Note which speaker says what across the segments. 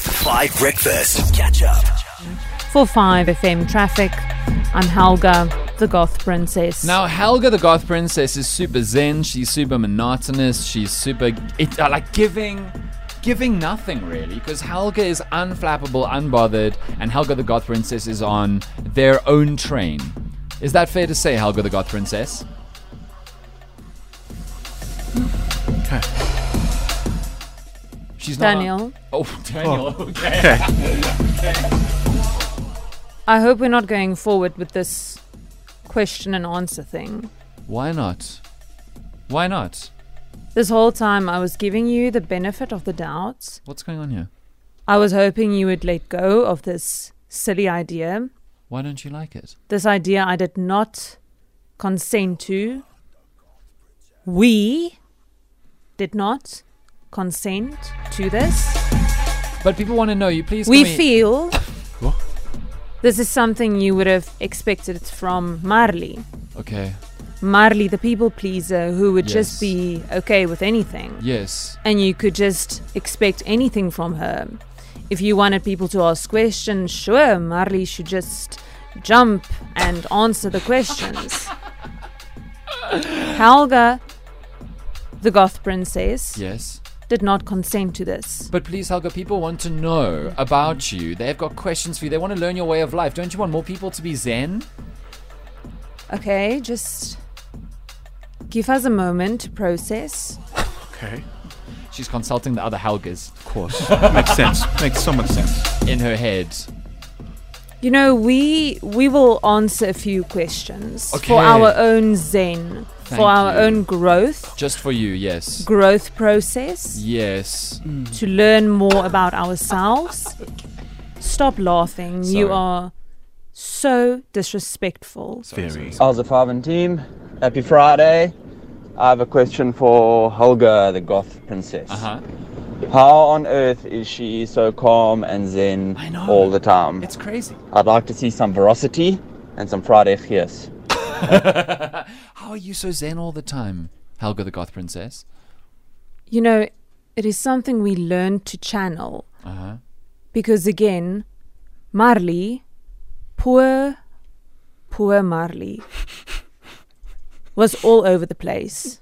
Speaker 1: 5 Breakfast. Catch up.
Speaker 2: For 5 FM traffic, I'm Helga, the goth princess.
Speaker 3: Now, Helga the Goth Princess is super zen. She's super monotonous. She's super it, uh, like giving, giving nothing really, because Helga is unflappable, unbothered, and Helga the Goth Princess is on their own train. Is that fair to say, Helga the Goth Princess? Okay. She's not on-
Speaker 2: Daniel,
Speaker 3: oh, Daniel. Okay.
Speaker 2: I hope we're not going forward with this question and answer thing.
Speaker 3: Why not? Why not?
Speaker 2: This whole time I was giving you the benefit of the doubt.
Speaker 3: What's going on here?
Speaker 2: I was hoping you would let go of this silly idea,
Speaker 3: Why don't you like it?
Speaker 2: this idea I did not consent to. We did not consent to this.
Speaker 3: But people want to know. You please.
Speaker 2: we
Speaker 3: can
Speaker 2: feel this is something you would have expected from Marley.
Speaker 3: Okay.
Speaker 2: Marley, the people pleaser who would
Speaker 3: Yes.
Speaker 2: just be okay with anything.
Speaker 3: Yes.
Speaker 2: And you could just expect anything from her. If you wanted people to ask questions, sure, Marley should just jump and answer the questions. Helga, the goth princess,
Speaker 3: Yes.
Speaker 2: did not consent to this.
Speaker 3: But please, Helga, people want to know about you. They've got questions for you. They want to learn your way of life. Don't you want more people to be zen?
Speaker 2: Okay, just give us a moment to process.
Speaker 4: Okay.
Speaker 3: She's consulting the other Helgas
Speaker 4: Of course. Makes sense. Makes so much sense.
Speaker 3: in her head.
Speaker 2: You know, we we will answer a few questions
Speaker 3: Okay.
Speaker 2: for our own zen,
Speaker 3: Thank
Speaker 2: for our
Speaker 3: you.
Speaker 2: own growth,
Speaker 3: Just for you, yes.
Speaker 2: growth process,
Speaker 3: Yes.
Speaker 2: to learn more about ourselves. Stop laughing. You
Speaker 3: Sorry.
Speaker 2: are so disrespectful.
Speaker 4: Very.
Speaker 5: How's the Five and team? Happy Friday. I have a question for Helga, the goth princess.
Speaker 3: Uh huh.
Speaker 5: How on earth is she so calm and zen
Speaker 3: I know.
Speaker 5: all the time?
Speaker 3: It's crazy.
Speaker 5: I'd like to see some veracity and some Friday gears.
Speaker 3: How are you so zen all the time, Helga the Goth Princess?
Speaker 2: You know, it is something we learn to channel.
Speaker 3: Uh huh.
Speaker 2: because again, Marley, poor, poor Marley, was all over the place.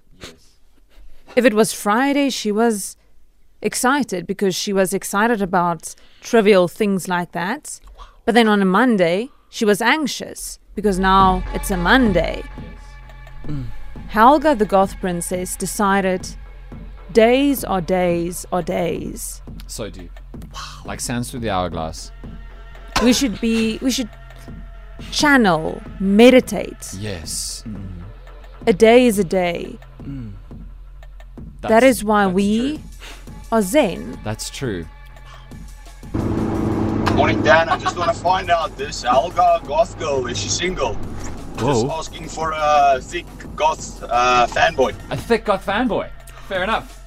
Speaker 2: If it was Friday, she was excited because she was excited about trivial things like that. But then on a Monday, she was anxious because now it's a Monday. Helga, the goth princess, decided days are days are days.
Speaker 3: So deep. Like sands through the hourglass.
Speaker 2: we should be we should channel meditate
Speaker 3: Yes.
Speaker 2: a day is a day that
Speaker 3: That's-
Speaker 2: is why
Speaker 3: that's
Speaker 2: we
Speaker 3: true.
Speaker 2: are zen
Speaker 3: That's true.
Speaker 6: Morning, Dan. I just want to find out this Helga Goth girl. Is she single? Just
Speaker 4: Whoa.
Speaker 6: asking for a thick goth uh, fanboy.
Speaker 3: A thick goth fanboy. Fair enough.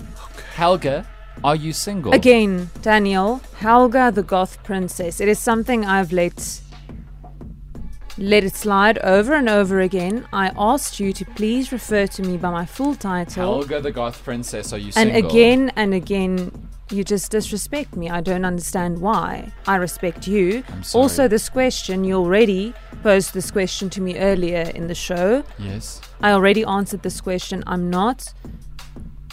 Speaker 3: Helga, are you single?
Speaker 2: again daniel helga the goth princess it is something i've let let it slide over and over again i asked you to please refer to me by my full title
Speaker 3: Helga the Goth Princess, are you
Speaker 2: and
Speaker 3: single?
Speaker 2: again and again you just disrespect me. I don't understand why. I respect you.
Speaker 3: I'm sorry.
Speaker 2: Also, this question, you already posed this question to me earlier in the show.
Speaker 3: Yes.
Speaker 2: I already answered this question. I'm not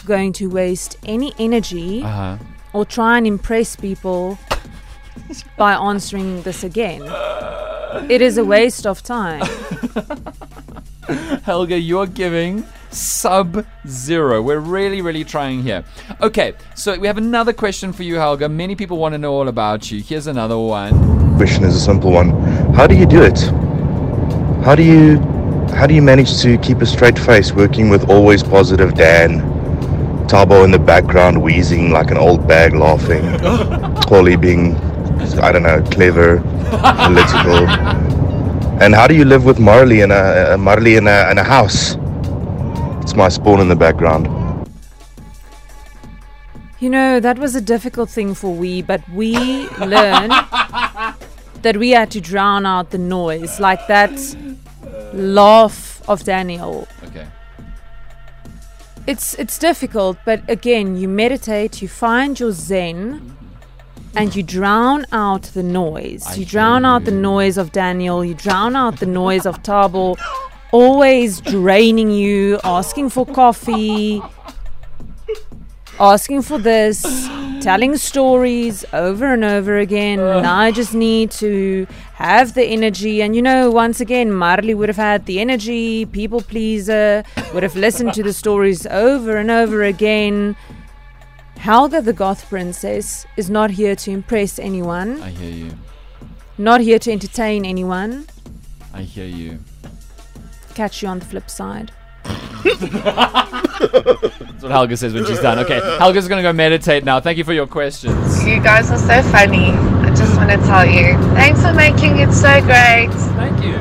Speaker 2: going to waste any energy
Speaker 3: Uh huh.
Speaker 2: or try and impress people by answering this again. It is a waste of time.
Speaker 3: Helga, you're giving sub zero. We're really, really trying here. Okay, so we have another question for you, Helga. Many people want to know all about you. Here's another one.
Speaker 7: question is a simple one. How do you do it? How do you how do you manage to keep a straight face working with always positive Dan? Tabo in the background wheezing like an old bag laughing. Collie being I don't know, clever, political. And how do you live with Marley in a, a Marley in a, in a house? It's my spawn in the background.
Speaker 2: You know, that was a difficult thing for we, but we learned that we had to drown out the noise, like that laugh of Daniel.
Speaker 3: Okay.
Speaker 2: It's it's difficult, but again, you meditate, you find your zen, and you drown out the noise.
Speaker 3: I
Speaker 2: you drown
Speaker 3: hear
Speaker 2: out the
Speaker 3: you.
Speaker 2: noise of Daniel, you drown out the noise of Tabo, always draining you, asking for coffee, asking for this, telling stories over and over again. And I just need to have the energy. And you know, once again, Marley would have had the energy, people pleaser, would have listened to the stories over and over again. Helga the Goth Princess is not here to impress anyone,
Speaker 3: I hear you.
Speaker 2: not here to entertain anyone.
Speaker 3: I hear you.
Speaker 2: Catch you on the flip side.
Speaker 3: That's what Helga says when she's done. Okay, Helga's gonna go meditate now. Thank you for your questions.
Speaker 8: You guys are so funny. I just want to tell you. Thanks for making it so great.
Speaker 3: Thank you.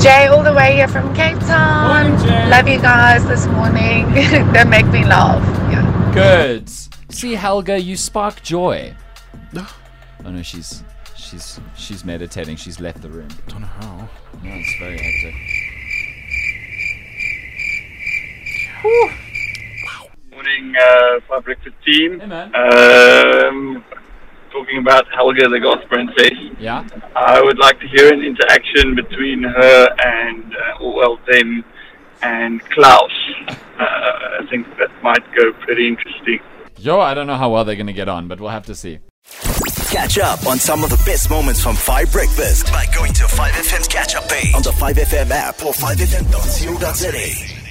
Speaker 8: Jay, all the way here from Cape Town.
Speaker 3: Morning, Jay.
Speaker 8: Love you guys this morning. they make me laugh. Yeah.
Speaker 3: Good. See, Helga, you spark joy. Oh no, she's she's she's meditating. She's left the room.
Speaker 4: Don't know how.
Speaker 3: No, it's very hectic.
Speaker 9: Morning, uh, my breakfast team.
Speaker 3: Hey man.
Speaker 9: Um, talking about Helga, the goth princess.
Speaker 3: Yeah.
Speaker 9: I would like to hear an interaction between her and uh, well them and Klaus. Uh, I think that might go pretty interesting.
Speaker 3: Yo, I don't know how well they're gonna get on, but we'll have to see.
Speaker 1: Catch up on some of the best moments from 5 Breakfast by going to 5FM's catch up page on the 5FM app or 5FM.co.za.